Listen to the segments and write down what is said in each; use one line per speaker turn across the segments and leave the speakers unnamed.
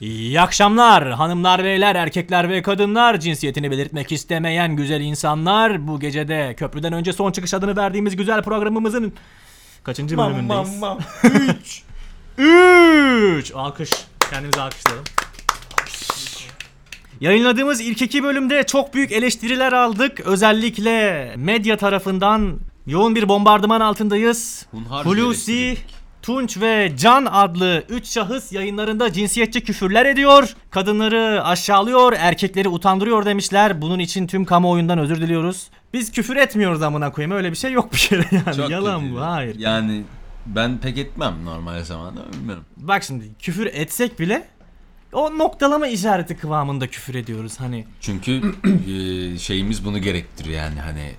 İyi akşamlar hanımlar beyler erkekler ve kadınlar cinsiyetini belirtmek istemeyen güzel insanlar bu gecede köprüden önce son çıkış adını verdiğimiz güzel programımızın kaçıncı bölümündeyiz?
3.
3 alkış kendimize alkışlayalım. Yayınladığımız ilk iki bölümde çok büyük eleştiriler aldık. Özellikle medya tarafından yoğun bir bombardıman altındayız.
Hunharca
Hulusi,
eleştirildik.
Tunç ve Can adlı 3 şahıs yayınlarında cinsiyetçi küfürler ediyor. Kadınları aşağılıyor, erkekleri utandırıyor demişler. Bunun için tüm kamuoyundan özür diliyoruz. Biz küfür etmiyoruz amına koyayım. Öyle bir şey yok bir kere yani. Yalan bu. Hayır.
Yani ben pek etmem normal zamanda bilmiyorum.
Bak şimdi küfür etsek bile o noktalama işareti kıvamında küfür ediyoruz hani.
Çünkü e, şeyimiz bunu gerektiriyor yani hani e,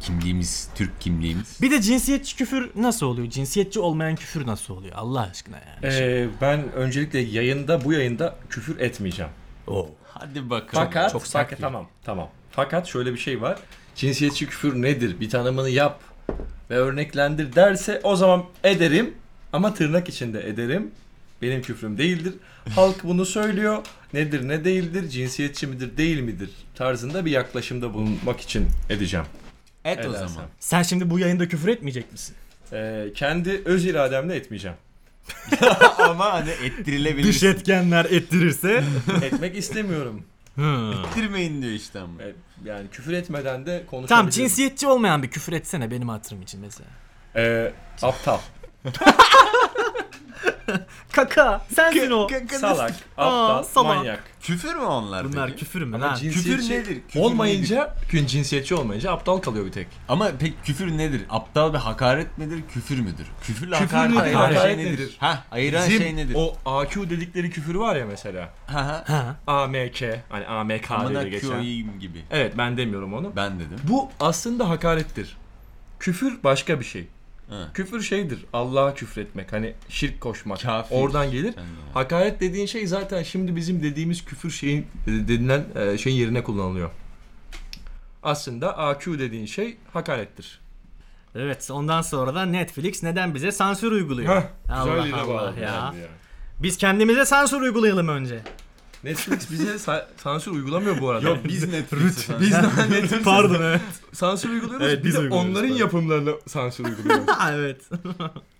kimliğimiz, Türk kimliğimiz.
Bir de cinsiyetçi küfür nasıl oluyor? Cinsiyetçi olmayan küfür nasıl oluyor? Allah aşkına yani.
Ee, ben öncelikle yayında bu yayında küfür etmeyeceğim.
Oo.
Hadi bakalım.
Fakat
çok sert
fakat
bir-
tamam tamam. Fakat şöyle bir şey var. Cinsiyetçi küfür nedir? Bir tanımını yap ve örneklendir derse o zaman ederim ama tırnak içinde ederim. Benim küfrüm değildir. Halk bunu söylüyor. Nedir ne değildir? Cinsiyetçi midir değil midir? Tarzında bir yaklaşımda bulunmak için edeceğim.
et o
Edersem.
zaman.
Sen şimdi bu yayında küfür etmeyecek misin?
Ee, kendi öz irademle etmeyeceğim.
Ama hani ettirilebilir.
Dış etkenler ettirirse.
Etmek istemiyorum.
Ettirmeyin diyor işte ama.
Evet, Yani küfür etmeden de konuşabilirim.
Tamam cinsiyetçi olmayan bir küfür etsene benim hatırım için mesela.
Ee, aptal.
Kaka sensin o.
Salak,
Aa,
aptal,
salak.
manyak.
Küfür mü onlar?
Bunlar
peki?
küfür mü
Ama
lan?
cinsiyetçi
küfür nedir? Küfür
olmayınca, gün cinsiyetçi olmayınca aptal kalıyor bir tek.
Ama pek küfür nedir? Aptal ve hakaret nedir? Küfür müdür? Küfürle hakaret,
nedir?
ayıran
Hakaret
şey nedir?
nedir?
Ha, ayıran
Bizim
şey nedir?
O AQ dedikleri küfür var ya mesela.
Ha ha.
Ha.
AMK, hani AMK
Amına
diye geçen.
koyayım gibi.
Evet ben demiyorum onu.
Ben dedim.
Bu aslında hakarettir. Küfür başka bir şey.
Ha.
Küfür şeydir. Allah'a küfretmek. Hani şirk koşmak.
Kafir.
Oradan gelir.
Ben de.
Hakaret dediğin şey zaten şimdi bizim dediğimiz küfür şeyin denilen e, şeyin yerine kullanılıyor. Aslında AQ dediğin şey hakarettir.
Evet ondan sonra da Netflix neden bize sansür uyguluyor? Allah Allah ya. Biz kendimize sansür uygulayalım önce.
Netflix bize sa- sansür uygulamıyor bu arada.
Yok biz Netflix'e
biz
sansür-
daha Netflix'e
Pardon evet.
sansür uyguluyoruz.
Evet,
biz
biz
de
uyguluyoruz,
onların
pardon.
yapımlarına sansür uyguluyoruz.
evet.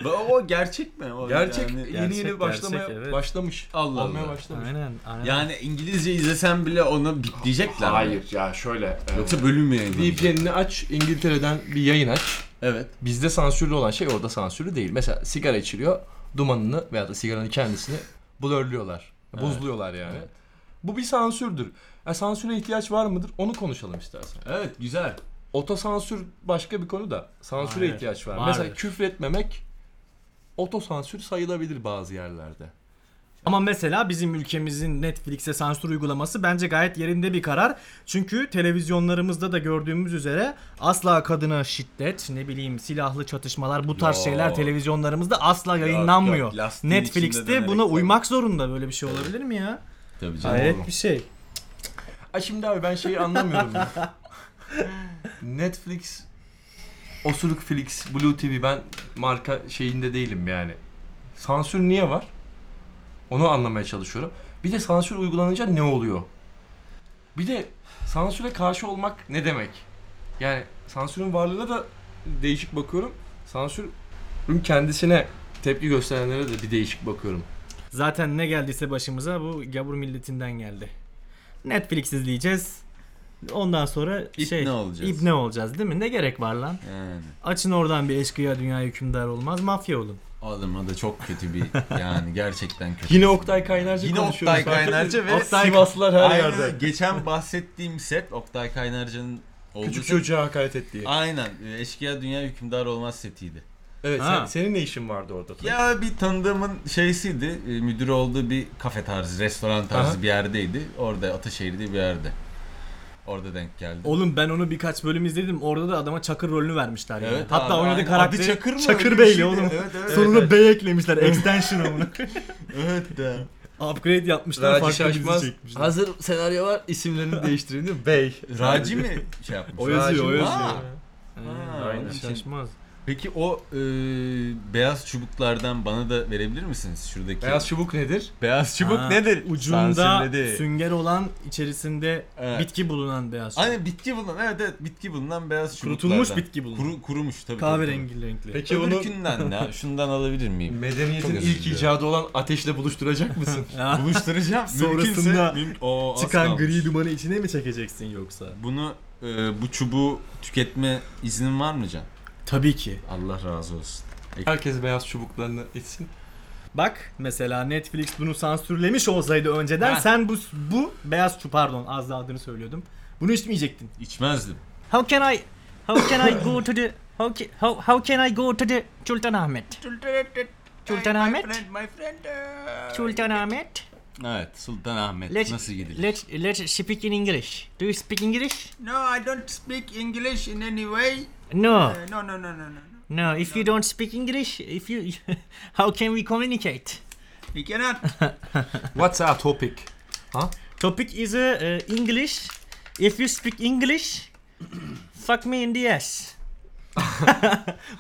O, o gerçek mi? O
gerçek,
yani-
yeni yeni
gerçek,
başlamaya
gerçek, evet.
başlamış.
Allah
Olmaya
Allah.
başlamış.
Aynen aynen.
Yani İngilizce izlesen bile onu bitleyecekler. mi?
ya şöyle.
Yoksa bölüm mü yayınlanacak?
VPN'ini aç, İngiltere'den bir yayın aç.
Evet.
Bizde sansürlü olan şey orada sansürlü değil. Mesela sigara içiliyor, dumanını veya da sigaranın kendisini blurluyorlar. Buzluyorlar yani. Bu bir sansürdür. Ya sansüre ihtiyaç var mıdır? Onu konuşalım istersen.
Evet güzel.
Otosansür başka bir konu da sansüre
Hayır,
ihtiyaç var.
vardır.
Mesela küfretmemek otosansür sayılabilir bazı yerlerde.
Ama mesela bizim ülkemizin Netflix'e sansür uygulaması bence gayet yerinde bir karar. Çünkü televizyonlarımızda da gördüğümüz üzere asla kadına şiddet, ne bileyim silahlı çatışmalar bu tarz
Yo.
şeyler televizyonlarımızda asla
yok,
yayınlanmıyor.
lastiğin içinde
Netflix'te
dönerek
buna
tabii.
uymak zorunda böyle bir şey olabilir mi ya?
Tabii canım.
Hayret bir şey.
Ay şimdi abi ben şeyi anlamıyorum. ya. Netflix, Osuruk Flix, Blue TV ben marka şeyinde değilim yani. Sansür niye var? Onu anlamaya çalışıyorum. Bir de sansür uygulanınca ne oluyor? Bir de sansüre karşı olmak ne demek? Yani sansürün varlığına da değişik bakıyorum. Sansürün kendisine tepki gösterenlere de bir değişik bakıyorum.
Zaten ne geldiyse başımıza bu gavur milletinden geldi. Netflix izleyeceğiz. Ondan sonra
İbne
şey
olacağız.
ibne olacağız değil mi? Ne gerek var lan?
Yani.
Açın oradan bir eşkıya dünya hükümdar olmaz mafya olun.
Oğlum o da çok kötü bir yani gerçekten kötü.
Yine Oktay Kaynarca
Yine
konuşuyoruz.
Oktay
fark ettiniz
Kaynarca
mi?
ve
Oktay- Sivaslılar her
Aynen,
yerde.
Geçen bahsettiğim set Oktay Kaynarca'nın olduğu
Küçük
set-
çocuğa hakaret ettiği.
Aynen. e, Eşkıya Dünya Hükümdar Olmaz setiydi.
Evet
Ha.
sen, senin ne işin vardı orada?
Ya bir tanıdığımın şeysiydi. e, Müdürü olduğu bir kafe tarzı, restoran tarzı
Aha.
bir yerdeydi. Orada Ataşehir'de bir yerde. Orada denk geldi.
Oğlum ben onu birkaç bölüm izledim. Orada da adama Çakır rolünü vermişler yani.
Evet
Hatta
abi,
oynadığı
aynen.
karakteri
Adı Çakır mı? Öyle
Çakır
bir
Bey'li
şeydi.
oğlum.
Evet evet.
Sonuna
evet,
Bey eklemişler extension'a bunu.
evet de.
Upgrade yapmışlar
Raci
farklı dizi
Şaşmaz
çekmişler.
hazır senaryo var isimlerini değiştireyim değil mi? Bey.
Raci mi şey yapmış?
O yazıyor,
Raci
o
mi?
yazıyor.
Ha,
Ha,
Ha,
Raci
onun için.
Ee, Şaşmaz.
Peki o e, beyaz çubuklardan bana da verebilir misiniz şuradaki?
Beyaz çubuk nedir?
Beyaz çubuk
Ha,
nedir?
Ucunda
Sansürledi.
sünger olan içerisinde
Evet.
bitki bulunan beyaz. çubuk.
Hani bitki bulunan evet evet bitki bulunan beyaz çubuklardan.
Kurutulmuş bitki bulunan.
Kuru, kurumuş tabii.
Kahverengi renkli.
Peki
Ki
onu
Öbürkünden ya şundan alabilir miyim?
medeniyetin
Çok
ilk
üzücü.
icadı olan ateşle buluşturacak mısın?
Ya,
Buluşturacağım.
Sonrasında
Mümkünse- Oo, az
çıkan
kalmış.
gri dumanı içine mi çekeceksin yoksa?
Bunu e, bu çubuğu tüketme iznin var mı Can?
Tabii ki.
Allah razı olsun.
Herkes beyaz çubuklarını içsin.
Bak mesela Netflix bunu sansürlemiş olsaydı önceden
Ha.
sen bu bu beyaz çu pardon az daha adını söylüyordum. Bunu içmeyecektin.
İçmezdim.
How can I How can I go to the How can, how, how can I go to the Sultanahmet? Sultanahmet?
uh,
Sultanahmet?
Evet Sultan Ahmet
Let's,
nasıl gidilir?
Let's, let's speak in English. Do you speak English?
No, I don't speak English in any way.
No.
Uh, no, no, no, no, no. no.
No, if you don't speak English, if you how can we communicate?
You cannot.
What's our topic? Ha?
Topic is uh, uh, English. If you speak English, fuck me in the ass.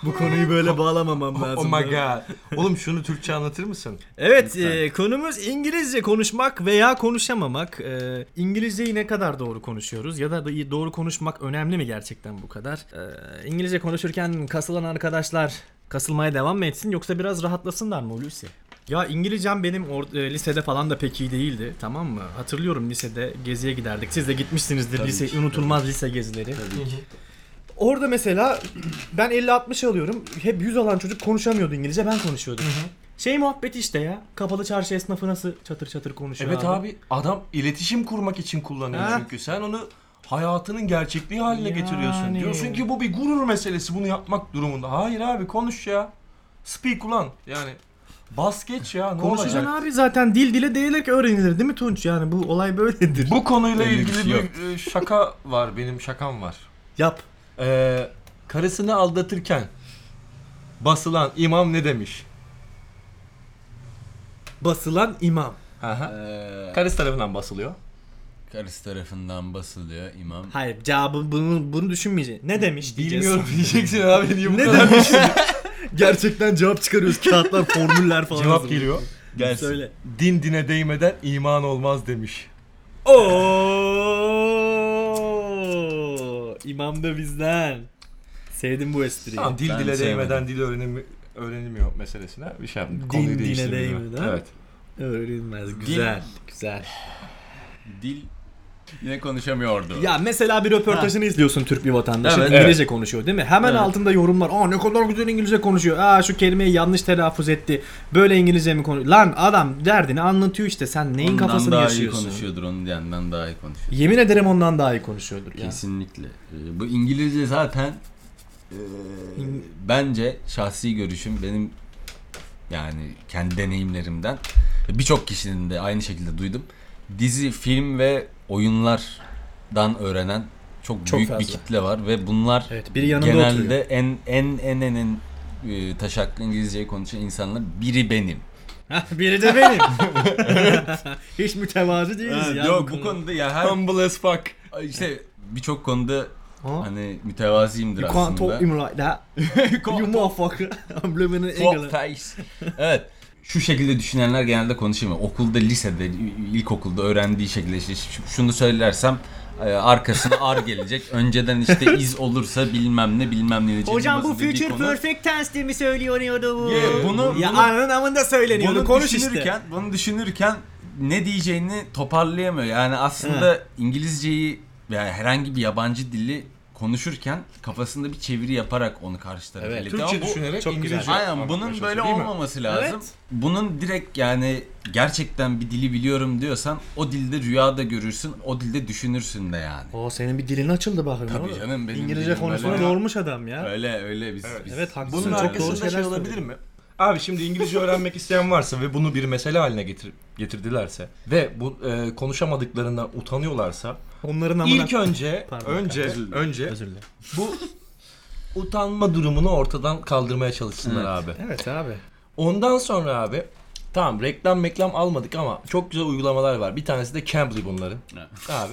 Bu konuyu böyle bağlamamam lazım.
Oh my god. Oğlum şunu Türkçe anlatır mısın?
Evet, e, konumuz İngilizce konuşmak veya konuşamamak. E, İngilizceyi ne kadar doğru konuşuyoruz ya da da- doğru konuşmak önemli mi gerçekten bu kadar? E, İngilizce konuşurken kasılan arkadaşlar kasılmaya devam mı etsin yoksa biraz rahatlasınlar mı Hulusi? Ya İngilizcem benim or- e, lisede falan da pek iyi değildi tamam mı? Hatırlıyorum lisede geziye giderdik. Siz de gitmişsinizdir
Tabii
lise
ki,
unutulmaz lise gezileri. Orada mesela ben 50-60 alıyorum. Hep 100 alan çocuk konuşamıyordu İngilizce ben konuşuyordum. Şey muhabbet işte ya. Kapalı çarşı esnafı nasıl çatır çatır konuşuyor
Evet abi adam iletişim kurmak için kullanıyor
Ha?
çünkü. Sen onu hayatının gerçekliği haline
Yani.
getiriyorsun. Diyorsun ki bu bir gurur meselesi bunu yapmak durumunda. Hayır abi konuş ya. Speak ulan yani. Bas geç ya ne olacak?
Konuşacaksın abi zaten dil dile değerek öğrenilir değil mi Tunç? Yani bu olay böyledir.
Bu konuyla
Öyle bir
ilgili
şey
bir e, şaka var benim şakam var.
Yap.
Ee, karısını aldatırken basılan imam ne demiş?
Basılan imam.
Aha.
Ee,
Karısı tarafından basılıyor.
karısı tarafından basılıyor imam.
Hayır cevabı bunu, bunu düşünmeyeceksin. Ne demiş diyeceğiz.
Bilmiyorum diyeceksin abi diye bu
Ne
kadar
demiş? Gerçekten cevap çıkarıyoruz. Kağıtlar, formüller falan.
cevap
hazırlıyoruz.
geliyor.
Gelsin.
Söyle.
Din dine değmeden iman olmaz demiş.
Oo! İmam da bizden. Sevdim bu espriyi.
Tamam dil
Ben
dile
sevmedim.
değmeden dil öğrenimi, öğrenilmiyor meselesine bir şey yaptım.
Din
Konuyu
dile
değiştirdim ben.
değmeden.
Evet.
Öğrenilmez. Güzel. Güzel.
Dil yine konuşamıyordu.
Ya mesela bir röportajını izliyorsun Türk bir vatandaşın
Evet.
İngilizce konuşuyor değil mi? Hemen altında yorumlar. Aa ne kadar güzel İngilizce konuşuyor. Aa şu kelimeyi yanlış telaffuz etti. Böyle İngilizce mi konuşuyor? Lan adam derdini anlatıyor işte. Sen neyin
Ondan
kafasını
daha iyi
yaşıyorsun?
konuşuyordur onun diyenden daha iyi konuşuyor.
Yemin ederim ondan daha iyi konuşuyordur ya.
Kesinlikle. Ee, Bu İngilizce zaten e, bence şahsi görüşüm benim yani kendi deneyimlerimden birçok kişinin de aynı şekilde duydum. Dizi, film ve oyunlardan öğrenen çok,
Çok
büyük bir
fazla.
kitle var ve bunlar
Evet, biri yanında
genelde
oturuyor.
en en en en en e, taşaklı İngilizceyi konuşan insanlar biri benim.
Hah, Biri de benim. Hiç mütevazı değiliz ya.
yok bu konuda ya her
Humble as fuck.
işte birçok konuda
Ha?
hani mütevaziyimdir
You
aslında.
can't talk him like that. you motherfucker. I'm living in England.
evet. Şu şekilde düşünenler genelde konuşamıyor. Okulda, lisede, ilkokulda öğrendiği şekilde işte ş- şunu söylersem e, arkasına ar gelecek. Önceden işte iz olursa bilmem ne bilmem ne diyecek.
Hocam bu
Nasıl dediği
future
konu-
perfect tense mi söyleniyordu bu?
Yeah, bunu-
ya
bunu-
anın amında söyleniyordu.
bunu
konuş
düşünürken,
işte.
bunu düşünürken ne diyeceğini toparlayamıyor. Yani aslında İngilizceyi veya herhangi bir yabancı dili konuşurken kafasında bir çeviri yaparak onu karşı tarafa
Evet.
iletti. Ama
Türkçe
E, bu-
düşünerek
çok güzel.
İngilizce.
Aynen
anlatmaya
bunun böyle
çalışıyor, değil mi?
olmaması lazım.
Evet.
Bunun direkt yani gerçekten bir dili biliyorum diyorsan o dilde rüyada görürsün, o dilde düşünürsün de yani.
O senin bir dilin açıldı bakın.
Tabii
oğlum.
canım, benim
İngilizce
dilim
konusuna
böyle-
dolmuş adam ya.
Öyle öyle biz.
Evet.
biz-
Evet, haklısın.
Bunun
Çok doğru
arkasında
şeyler
şey olabilir
söylüyor.
mi? Abi şimdi İngilizce öğrenmek isteyen varsa ve bunu bir mesele haline getir- getirdilerse ve bu e, konuşamadıklarından utanıyorlarsa
Onların amına...
ilk önce
Pardon.
önce önce
Özür dilerim.
bu utanma durumunu ortadan kaldırmaya çalışsınlar abi.
Evet abi.
Ondan sonra abi Tamam reklam meklam almadık ama çok güzel uygulamalar var. Bir tanesi de Cambly bunların. Abi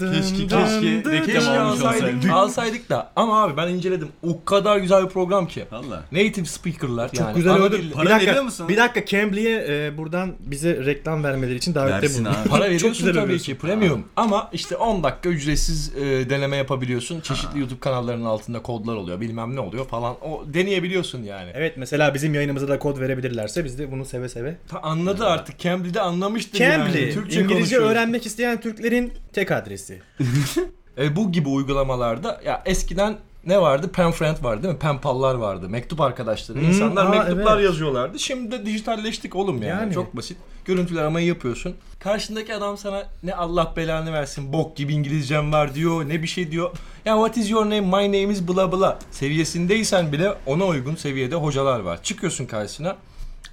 Dın dın
Keşke
dın
keşke
dın
reklam
dın.
Keşke
almış
alsaydık,
olsaydık.
alsaydık da ama abi ben inceledim. O kadar güzel bir program ki.
Valla.
Native speaker'lar yani.
Çok güzel
ana
oldu.
dilli-
Para
bir dakika,
veriyor musun?
Bir dakika Cambly'e e, buradan bize reklam vermeleri için davette
Versin
bulun.
abi.
Para
Çok
veriyorsun
güzel
tabii
övüyorsun.
ki premium ama işte 10 dakika ücretsiz e, deneme yapabiliyorsun. Çeşitli YouTube kanallarının altında kodlar oluyor bilmem ne oluyor falan. O deneyebiliyorsun yani.
Evet mesela bizim yayınımıza da kod verebilirlerse biz de bunu seve seve.
Ta anladı artık Cambly'de anlamıştır
Cambly,
yani. Türkçe
İngilizce
konuşuyoruz.
öğrenmek isteyen Türklerin tek adresi.
E, bu gibi uygulamalarda ya eskiden ne vardı? Penfriend vardı değil mi? Penpallar vardı. Mektup arkadaşları.
Hmm,
İnsanlar
aa,
mektuplar
evet.
yazıyorlardı. Şimdi de dijitalleştik oğlum yani.
Yani.
Çok basit. Görüntülü aramayı yapıyorsun. Karşındaki adam sana ne Allah belanı versin bok gibi İngilizcem var diyor. Ne bir şey diyor. Ya what is your name? My name is bla bla. Seviyesindeysen bile ona uygun seviyede hocalar var. Çıkıyorsun karşısına.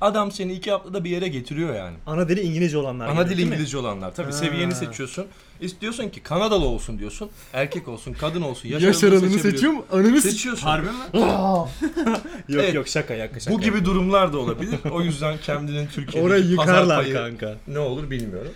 Adam seni iki haftada bir yere getiriyor yani.
Ana dili İngilizce olanlar.
Ana
geliyor,
dili
değil mi?
İngilizce olanlar. Tabii
Ha.
seviyeni seçiyorsun. İstiyorsun ki Kanadalı olsun diyorsun. Erkek olsun, kadın olsun. Yaş,
Yaş
aralığını
aralığını
seçebiliyorsun.
seçiyor mu? Ananı s-
Seçiyorsun.
Harbi mi?
Yok
Evet.
yok şaka yak şaka.
Bu gibi durumlar da olabilir. O yüzden kendinin Türkiye'de
orayı yıkarlar
payı
kanka.
ne olur bilmiyorum.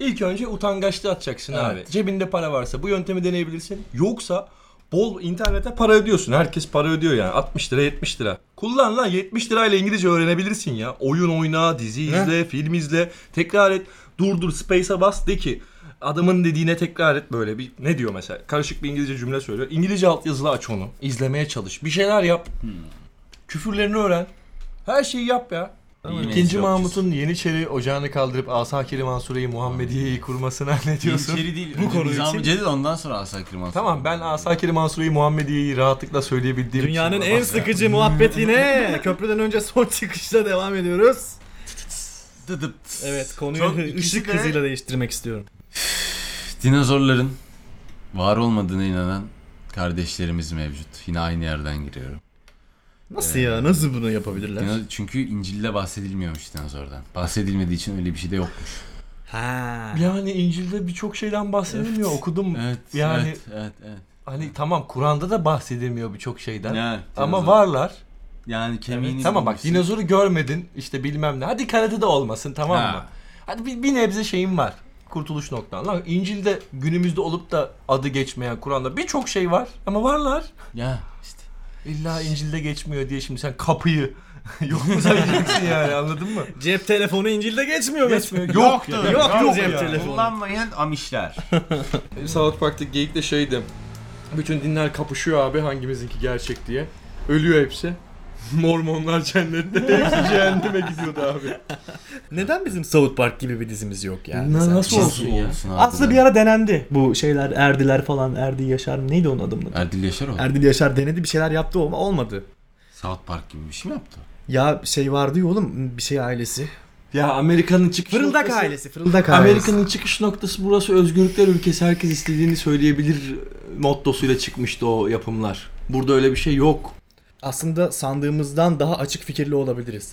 İlk önce utangaçlı atacaksın
Evet.
abi. Cebinde para varsa bu yöntemi deneyebilirsin. Yoksa bol internete para ödüyorsun. Herkes para ödüyor yani. 60 lira 70 lira. Kullan lan 70 lirayla İngilizce öğrenebilirsin ya. Oyun oyna, dizi
Ne?
izle, film izle. Tekrar et. Durdur, space'e bas de ki adamın dediğine tekrar et böyle bir ne diyor mesela? Karışık bir İngilizce cümle söylüyor. İngilizce altyazılı aç onu. İzlemeye çalış. Bir şeyler yap. Küfürlerini öğren. Her şeyi yap ya. İkinci Mahmut'un Yeniçeri ocağını kaldırıp Asakiri Mansure'yi Muhammediye'yi kurmasına ne diyorsun?
İçeri değil.
Bu konu
Nizami
için-
Cedid ondan sonra Asay Kırman.
Tamam ben Asakiri Mansure'yi Muhammediye'yi rahatlıkla söyleyebildiğim için
Dünyanın en
olamaz ya.
sıkıcı muhabbetine köprüden önce son çıkışla devam ediyoruz.
Dıdıp.
Evet konuyu
Çok-
hı-
ikisi
ışık
de-
hızıyla değiştirmek istiyorum.
Dinozorların var olmadığına inanan kardeşlerimiz mevcut. Yine aynı yerden giriyorum.
Nasıl
Ee,
ya? Nasıl bunu yapabilirler?
Dino- çünkü İncil'de bahsedilmiyormuş dinozordan. Bahsedilmediği için öyle bir şey de yokmuş.
Ha.
Yani İncil'de birçok şeyden bahsedilmiyor okudum.
Evet,
Yani-
evet, evet, evet.
Hani tamam Kur'an'da da bahsedilmiyor birçok şeyden.
Yani,
Ama
dinozor-
varlar.
Yani kemiğini...
Tamam bak
bulmuşsun.
dinozoru görmedin işte bilmem ne. Hadi karate de olmasın tamam
Ha.
mı? Hadi bir, bir nebze şeyin var. Kurtuluş noktan. Lan İncil'de günümüzde olup da adı geçmeyen Kur'an'da birçok şey var ama varlar.
Ya işte.
İlla İncil'de geçmiyor diye şimdi sen kapıyı yok mu sayacaksın yani anladın mı?
Cep telefonu İncil'de geçmiyor mesela.
Yoktu.
Yoktu
Yok
cep
ya.
telefonu.
Kullanmayan amişler.
South Park'taki geyik de şeydi. Bütün dinler kapışıyor abi hangimizinki gerçek diye. Ölüyor hepsi. Mormonlar cennette, hepsi cehenneme gidiyordu abi.
Neden bizim South Park gibi bir dizimiz yok yani?
Na-
Mesela? şey-
nasıl
Nasıl
olsun ya?
olsun abi?
Aslında bir ara denendi. Bu şeyler Erdiler falan. Erdi Yaşar mı? neydi onun adını?
Erdil Yaşarov.
Erdil Yaşar denedi bir şeyler yaptı ama olmadı.
South Park gibi bir şey mi yaptı?
Ya şey vardı ya oğlum bir şey ailesi.
Ya Amerika'nın çıkış
Fırıldak
noktası-
ailesi. Fırıldak ailesi.
Amerika'nın çıkış noktası burası özgürlükler ülkesi herkes istediğini söyleyebilir mottosuyla çıkmıştı o yapımlar. Burada öyle bir şey yok.
aslında sandığımızdan daha açık fikirli olabiliriz.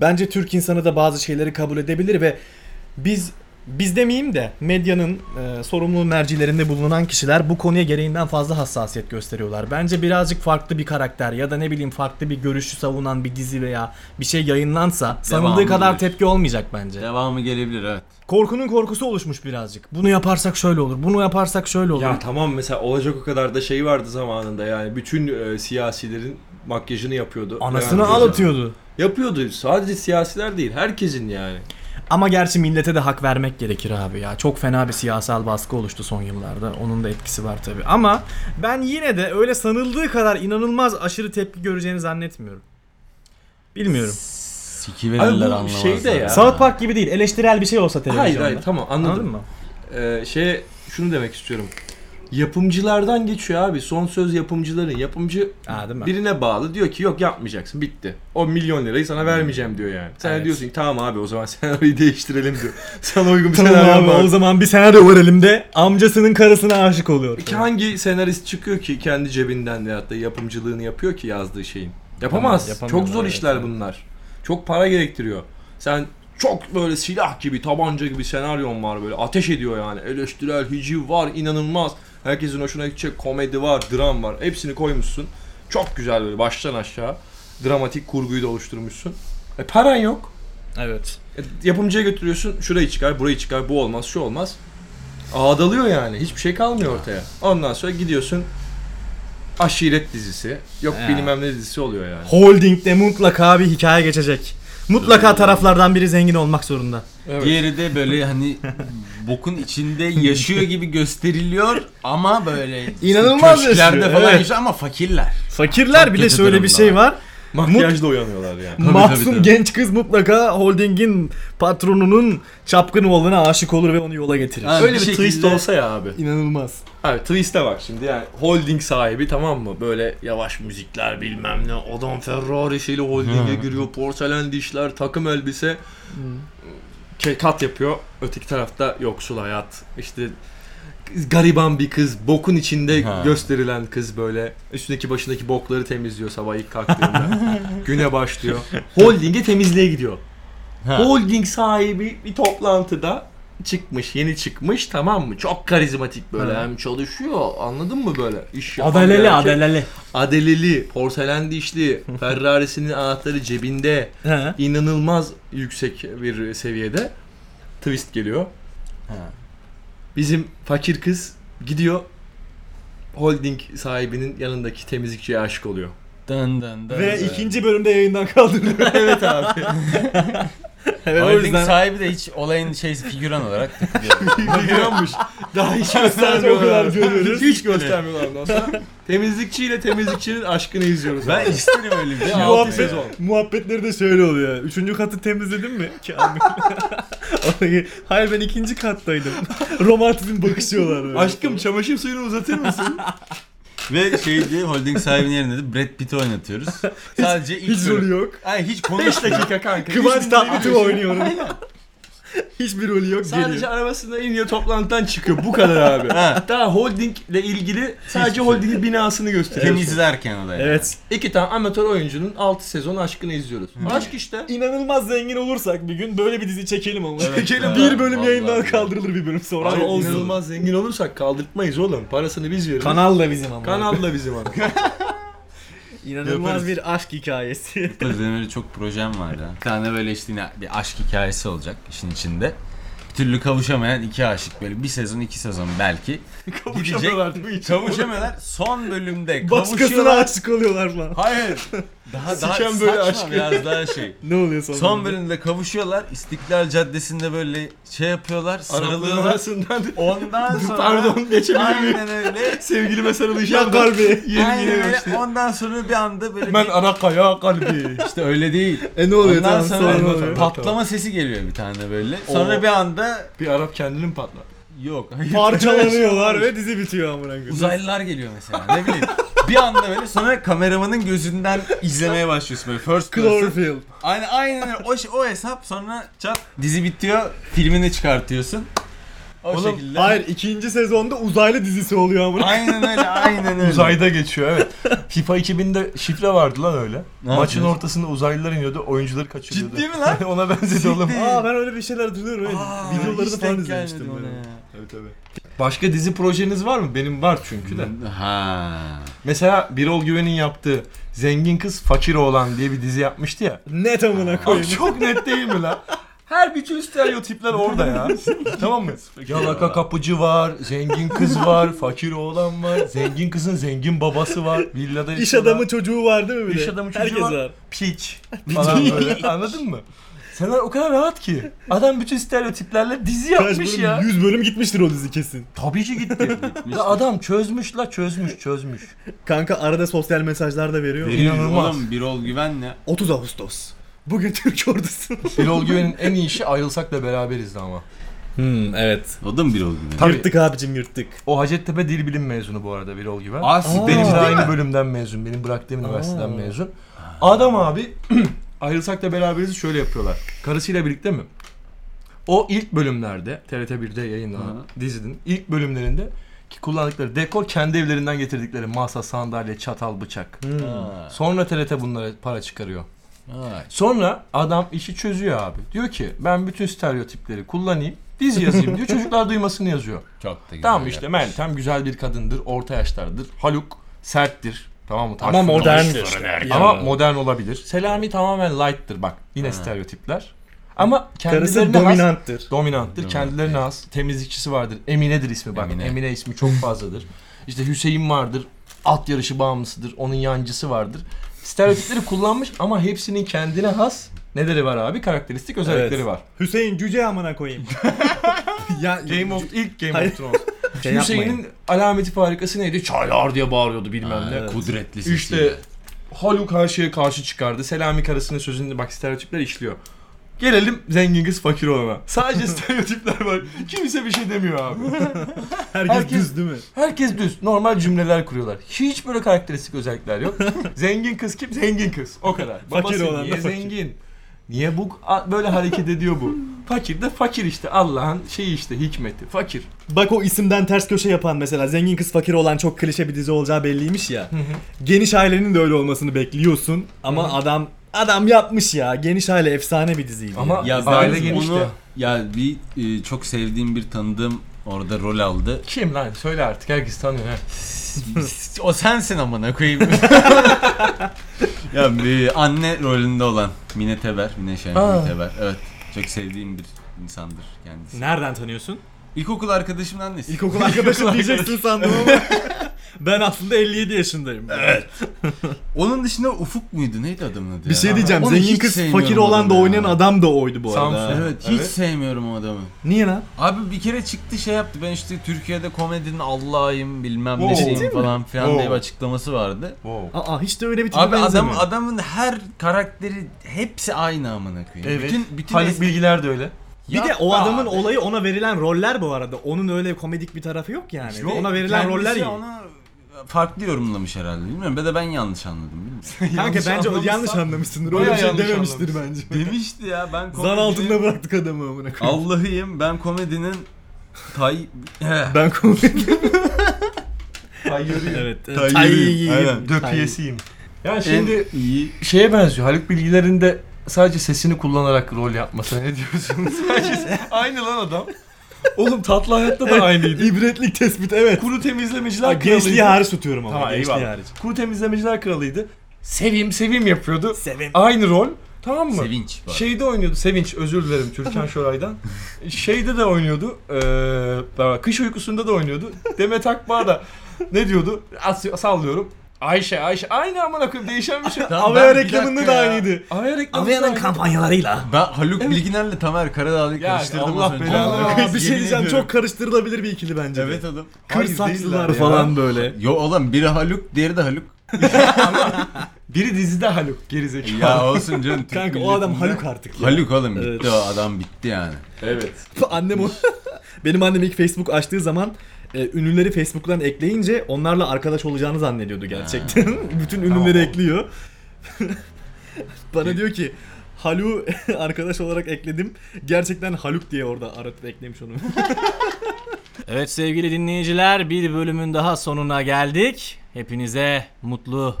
Bence Türk insanı da bazı şeyleri kabul edebilir ve biz biz demeyeyim de medyanın e, sorumlu mercilerinde bulunan kişiler bu konuya gereğinden fazla hassasiyet gösteriyorlar. Bence birazcık farklı bir karakter ya da ne bileyim farklı bir görüşü savunan bir dizi veya bir şey yayınlansa sanıldığı kadar
gelir.
tepki olmayacak bence.
Devamı gelebilir evet.
Korkunun korkusu oluşmuş birazcık. Bunu yaparsak şöyle olur, bunu yaparsak şöyle olur.
Ya
Tamam mesela olacak o kadar da şey vardı zamanında yani bütün e, siyasilerin makyajını yapıyordu.
Anasını
Yani-
ağlatıyordu.
Yapıyordu sadece siyasiler değil herkesin yani.
Ama gerçi millete de hak vermek gerekir abi ya. Çok fena bir siyasal baskı oluştu son yıllarda. Onun da etkisi var tabii. Ama ben yine de öyle sanıldığı kadar inanılmaz aşırı tepki göreceğini zannetmiyorum. Bilmiyorum.
Siki verirler
bu
anlamazlar.
şey de ya.
South Park gibi değil. Eleştirel bir şey olsa televizyonda.
Hayır hayır tamam anladım.
Anladın mı?
Ee, şeye şunu demek istiyorum. Yapımcılardan geçiyor abi. Son söz yapımcıların. Yapımcı
Ha, değil mi?
birine bağlı. Diyor ki yok yapmayacaksın bitti. O milyon lirayı sana vermeyeceğim diyor yani. Sen
Evet.
de diyorsun ki tamam abi o zaman senaryoyu değiştirelim diyor. Sana uygun bir senaryo
Tamam abi
var.
o zaman bir senaryo var elimde. Amcasının karısına aşık oluyor.
Ki hangi senarist çıkıyor ki kendi cebinden veyahut da yapımcılığını yapıyor ki yazdığı şeyin? Yapamaz.
Yapamaz,
Çok zor
evet,
işler
evet.
bunlar. Çok para gerektiriyor. Sen çok böyle silah gibi, tabanca gibi senaryon var böyle. Ateş ediyor yani. Eleştirel, hiciv var, inanılmaz. Herkesin hoşuna gidecek komedi var, dram var. Hepsini koymuşsun. Çok güzel böyle baştan aşağı. Dramatik kurguyu da oluşturmuşsun. E paran yok.
Evet.
E, Yapımcıya götürüyorsun. Şurayı çıkar, burayı çıkar, bu olmaz, şu olmaz. Ağdalıyor yani. Hiçbir şey kalmıyor ortaya. Ondan sonra gidiyorsun aşiret dizisi. Yok
Ya.
bilmem ne dizisi oluyor yani.
Holding'de mutlaka bir hikaye geçecek. Mutlaka taraflardan biri zengin olmak zorunda.
Evet.
Diğeri de böyle hani bokun içinde yaşıyor gibi gösteriliyor ama böyle
İnanılmaz
köşklerde
yaşıyor,
falan
evet.
yaşıyor ama fakirler.
Fakirler
Çok
bir de
kötü
şöyle bir
durumda.
şey var.
Makyajla uyanıyorlar yani.
tabii,
Masum
tabii.
genç kız mutlaka holdingin patronunun çapkın oğluna aşık olur ve onu yola getirir.
Ha,
Öyle bir,
bir
twist
şekilde-
olsa ya abi.
İnanılmaz.
Abi twist'e bak şimdi yani holding sahibi tamam mı? Böyle yavaş müzikler bilmem ne. Adam Ferrari şeyle holdinge giriyor. Porselen dişler, takım elbise. Ke- Kat yapıyor. Öteki tarafta yoksul hayat. İşte gariban bir kız. Bokun içinde
Ha.
gösterilen kız böyle. Üstündeki başındaki bokları temizliyor sabah ilk kalktığında. Güne başlıyor. Holdinge temizliğe gidiyor.
Ha.
Holding sahibi bir toplantıda çıkmış, yeni çıkmış tamam mı? Çok karizmatik böyle
Ha.
hem çalışıyor anladın mı böyle? İş yapan bir
Adaleli
erkek.
adaleli.
Adeleli, porselen dişli, Ferrari'sinin anahtarı cebinde.
He.
inanılmaz yüksek bir seviyede twist geliyor.
Ha.
Bizim fakir kız gidiyor holding sahibinin yanındaki temizlikçiye aşık oluyor.
Dın dın dın
Ve
dın.
ikinci bölümde yayından kaldırılıyor. evet abi. evet, o
Holding
yüzden
sahibi de hiç olayın şey figüran olarak
Biliyormuş. Daha hiç
sadece o kadar
göstermiyorlar.
görüyoruz.
Hiç göstermiyorlar ondan sonra. Temizlikçiyle temizlikçinin aşkını izliyoruz. abi.
ben isterim öyle bir şey.
Altı
Muhabbet-
sezon.
Muhabbetleri de şöyle oluyor. Üçüncü katı temizledin mi? Kamil. Orayı, Hayır ben ikinci kattaydım. Romantizm bakışıyorlar. böyle.
Aşkım çamaşır suyunu uzatır mısın?
Ve şeydi holding sahibinin yerinde de Brad Pitt'i oynatıyoruz. Sadece ilk
Hiç
bölüm-
rolü yok.
Ay hiç
5
konuşmuyor.
dakika kanka.
Kıvanç
Hiç
Tatlıtuğ
dinlemiyor.
oynuyorum. Hiçbir rolü yok
Sadece
geliyor.
arabasında iniyor toplantıdan çıkıyor. Bu kadar abi.
Ha.
Daha holdingle ilgili sadece holdingin binasını gösteriyor.
Temizlerken olaya.
Evet.
İki tane amatör oyuncunun 6 sezon aşkını izliyoruz. Aşk işte.
İnanılmaz zengin olursak bir gün böyle bir dizi çekelim ama.
Evet.
Çekelim.
Ha,
Bir bölüm
vallahi.
yayından kaldırılır bir bölüm sonra.
Abi
Ama
olsun.
olsun.
inanılmaz zengin olursak kaldırtmayız oğlum. Parasını biz veririz.
Kanal da bizim ama.
Kanal da bizim abi.
İnanılmaz
Yaparız.
bir aşk hikayesi.
Tabii benim öyle çok projem var ya. Bir tane böyle işte yine bir aşk hikayesi olacak işin içinde. Bir türlü kavuşamayan iki aşık böyle bir sezon iki sezon belki.
Kavuşamıyorlar bu için.
Kavuşamıyorlar son bölümde
Başkasına
kavuşuyorlar.
aşık oluyorlar falan.
Hayır. Daha daha
Siken
saçma
böyle
böyle
aşk.
biraz daha şey.
Ne oluyor sonra?
Son bölümde kavuşuyorlar. İstiklal Caddesi'nde böyle şey yapıyorlar,
Arapların
sarılıyorlar.
arasından
Ondan sonra
pardon Şey geçebilir miyim?
aynen öyle.
Sevgilime
Ya
sarılacağım. da
garbi.
Yerim
aynen
yine
öyle.
işte.
Ondan sonra bir anda böyle
Ben
bir-
araka ya kalbi.
işte öyle değil.
E ne oluyor
Ondan
tamam
sonra
sonra ne
Anlatamam.
oluyor?
patlama sesi geliyor bir tane böyle. Sonra
Oo.
bir anda
Bir Arap kendini mi patlar?
yok.
Parçalanıyorlar ve dizi bitiyor amına koyayım.
Uzaylılar geliyor mesela ne bileyim. bir anda böyle sonra kameramanın gözünden izlemeye başlıyorsun böyle first person.
Cloverfield.
Aynen aynen öyle. o, şey- o hesap sonra çat dizi bitiyor filmini çıkartıyorsun. O
Oğlum,
şekilde.
Hayır ikinci sezonda uzaylı dizisi oluyor amına.
Aynen öyle aynen öyle.
Uzayda geçiyor evet. FIFA 2000'de şifre vardı lan öyle.
Ne
Maçın
yapıyorsun?
ortasında uzaylılar iniyordu, oyuncuları kaçırıyordu.
Ciddi mi lan?
Ona benzedi oğlum.
Siktir.
Aa ben öyle bir şeyler hatırlıyorum. evet.
Aa,
Videolarını
hiç
falan
denk
izlemiştim
gelmedim
ben.
ona
Tabii tabii. Başka dizi projeniz var mı? Benim var çünkü de.
ya. Ha.
Mesela Birol Güven'in yaptığı Zengin Kız Fakir Oğlan diye bir dizi yapmıştı ya.
Net amına
Abi
koyayım.
çok net değil mi lan? Her bütün stereotipler orada ya. tamam mı? Yalaka kapıcı var, zengin kız var, fakir oğlan var, zengin kızın zengin babası var, villada
İş
yaşıyorlar.
adamı çocuğu var değil mi bir de?
İş adamı çocuğu
Herkes
var.
var.
piç falan böyle anladın mı? Senaryo o kadar rahat ki. Adam bütün stereotiplerle dizi
Kaç
yapmış ya.
bölüm? 100 bölüm gitmiştir o dizi kesin.
Tabii ki gitti. Ya adam çözmüş la çözmüş çözmüş.
Kanka arada sosyal mesajlar da veriyor.
Veriyor. İnanılmaz.
Oğlum Birol Güven'le
30 Ağustos. Bugün Türk ordusu.
Birol Güven'in en iyi işi ayrılsak da beraberiz de ama.
hmm evet.
O da mı Birol Güven?
Tabii.
Yırttık abicim yırttık.
O Hacettepe Dil Bilim mezunu bu arada Birol Güven.
Asi
Aa.
benim
benim de
değil
aynı bölümden mezun. Benim bıraktığım üniversiteden mezun. Adam abi ayrılsak da beraberiz şöyle yapıyorlar. Karısıyla birlikte mi? O ilk bölümlerde TRT 1'de yayınlanan
Hı.
dizinin ilk bölümlerinde ki kullandıkları dekor kendi evlerinden getirdikleri masa, sandalye, çatal, bıçak.
Ha.
Sonra TRT bunlara para çıkarıyor.
Ha.
Sonra adam işi çözüyor abi. Diyor ki ben bütün stereotipleri kullanayım, dizi yazayım diyor. Çocuklar duymasını yazıyor.
Çok da güzel.
Tamam işte
yapmış.
Meltem güzel bir kadındır, orta yaşlardır. Haluk serttir. Tamam mı?
Ama
Tartışmalı. şey.
moderndir.
Ama modern olabilir. Selami tamamen light'tır bak. Yine stereotipler. Ama
Karısı
kendilerine has,
dominanttır.
dominanttır. Kendilerine has temizlikçisi vardır. Emine'dir ismi bak.
Emine.
Emine, ismi çok fazladır. İşte Hüseyin vardır. At yarışı bağımlısı,dır Onun yancısı vardır. Stereotipleri kullanmış ama hepsinin kendine has neleri var abi? Karakteristik özellikleri
Evet.
var.
Hüseyin cüce amına koyayım. ya
Game of ilk Game
Hayır.
of Thrones.
şey yapmayın.
Hüseyin'in alameti farikası neydi? Çaylar diye bağırıyordu bilmem
Aa,
ne.
evet. Kudretli sesiyle.
İşte Haluk her şeye karşı çıkardı. Selami karısının sözünde bak stereotipler işliyor. Gelelim zengin kız fakir olana. Sadece stereotipler var. Kimse bir şey demiyor abi.
Herkes,
herkes-
düz değil mi?
Herkes düz. Normal cümleler kuruyorlar. Hiç böyle karakteristik özellikler yok. zengin kız kim? Zengin kız. O kadar. Babası
Fakir olan da
niye
fakir.
zengin? Niye bu a- böyle hareket ediyor bu? Fakir de fakir işte. Allah'ın şeyi işte hikmeti. Fakir.
Bak o isimden ters köşe yapan mesela zengin kız fakir olan çok klişe bir dizi olacağı belliymiş ya. Geniş ailenin de öyle olmasını bekliyorsun ama adam adam yapmış ya. Geniş aile efsane bir diziydi.
Ama
Ya ben
aile
Aile
genişti.
onu ya bir e, çok sevdiğim bir tanıdığım orada rol aldı.
Kim lan? Söyle artık. Herkes tanıyor. He.
o sensin amına koyayım. ya bir anne rolünde olan Mine Teber, Mine Şen,
Aa.
Mine Teber. Evet. Çok sevdiğim bir insandır kendisi.
Nereden tanıyorsun?
İlkokul arkadaşımın annesi.
İlkokul arkadaşım diyeceksin sandım ama ben aslında 57 yaşındayım.
Onun dışında Ufuk muydu? Neydi adamın adı?
Bir
ya?
şey diyeceğim.
Onu
zengin
hiç
kız
sevmiyorum
fakir olan da
adamı ya.
oynayan adam da oydu bu arada.
Samsun.
Evet, hiç
Evet.
sevmiyorum o adamı.
Niye lan?
Abi bir kere çıktı şey yaptı. Ben işte Türkiye'de komedinin Allah'ıyım bilmem
Wow.
nesiyim
Ciddi mi?
falan filan
Wow.
diye bir açıklaması vardı.
Wow.
Aa hiç de öyle bir tipe
Abi adam,
benzemiyor.
adamın her karakteri hepsi aynı amına koyayım.
Evet.
Bütün, bütün
Haluk
eski-
Bilgiler de öyle.
bir de o
Yapma
adamın
abi.
olayı ona verilen roller bu arada. Onun öyle komedik bir tarafı yok yani.
Yok,
ona verilen
kendisi
roller iyi.
onu farklı yorumlamış herhalde bilmiyorum. Ya da ben yanlış anladım bilmiyorum.
Kanka
Yanlış
bence o
anlamışsa-
yanlış anlamışsındır.
Bayağı
Öyle bir şey
yanlış
dememiştir bence.
anlamışsın.
Demişti ya ben komedinin...
Zan altında bıraktık adamı amına koyayım.
Allah'ıyım ben komedinin tay...
Ben komik.
Tayyörüyüm.
evet.
Tayyip. Aynen.
Döpiyesiyim. Yani
Şimdi
şimdi
iyi
şeye benziyor. Haluk Bilgiler'in de sadece sesini kullanarak rol yapması ne diyorsunuz? Sadece aynı lan adam. Oğlum tatlı hayatta da aynıydı.
İbretlik tespit evet.
Kuru
Ha,
temizlemeciler kralıydı.
Gençliği hariç tutuyorum ama.
Tamam,
gençliği
eyvallah.
hariç.
Kuru temizlemeciler kralıydı. Sevim sevim yapıyordu.
Sevin.
Aynı rol. Tamam mı?
sevinç
Şey-
var.
Şeyde oynuyordu Sevinç özür dilerim Türkan Şoray'dan. Şeyde de oynuyordu. eee, kış uykusunda da oynuyordu. Demet Akbağ da ne diyordu? As sallıyorum. Ayşe Ayşe aynı amına koyayım değişen bir şey.
Tamam, ben-
Avaya
bir
reklamında
dakika
da
ya.
aynıydı.
Avaya reklamı.
Avea'nın
aynı.
kampanyalarıyla.
Ben Haluk Bilginer'le Tamer Karadağlı'yı
Ya
karıştırdım
Allah
az önce.
belanı
Amına koyayım,
versin.
bir şey
yemin
diyeceğim
ediyorum.
çok karıştırılabilir bir ikili bence.
Evet adam.
Kır
Hayır, değiller
saçlılar
ya.
falan böyle.
Yo oğlum biri Haluk diğeri de Haluk.
Biri dizide Haluk gerizekalı.
Ya olsun canım. Türk
Kanka o adam
milletinde-
Haluk artık ya.
Haluk oğlum bitti
Evet.
o adam bitti yani.
Evet.
Annem o. Benim annem ilk Facebook açtığı zaman e, ünlüleri Facebook'tan ekleyince onlarla arkadaş olacağını zannediyordu gerçekten. Bütün ünlüleri
Tamam.
ekliyor. Bana diyor ki Halu arkadaş olarak ekledim. Gerçekten Haluk diye orada aratıp eklemiş onu. evet sevgili dinleyiciler bir bölümün daha sonuna geldik. Hepinize mutlu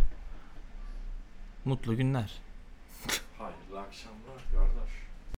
mutlu günler.
Hayırlı akşamlar kardeş.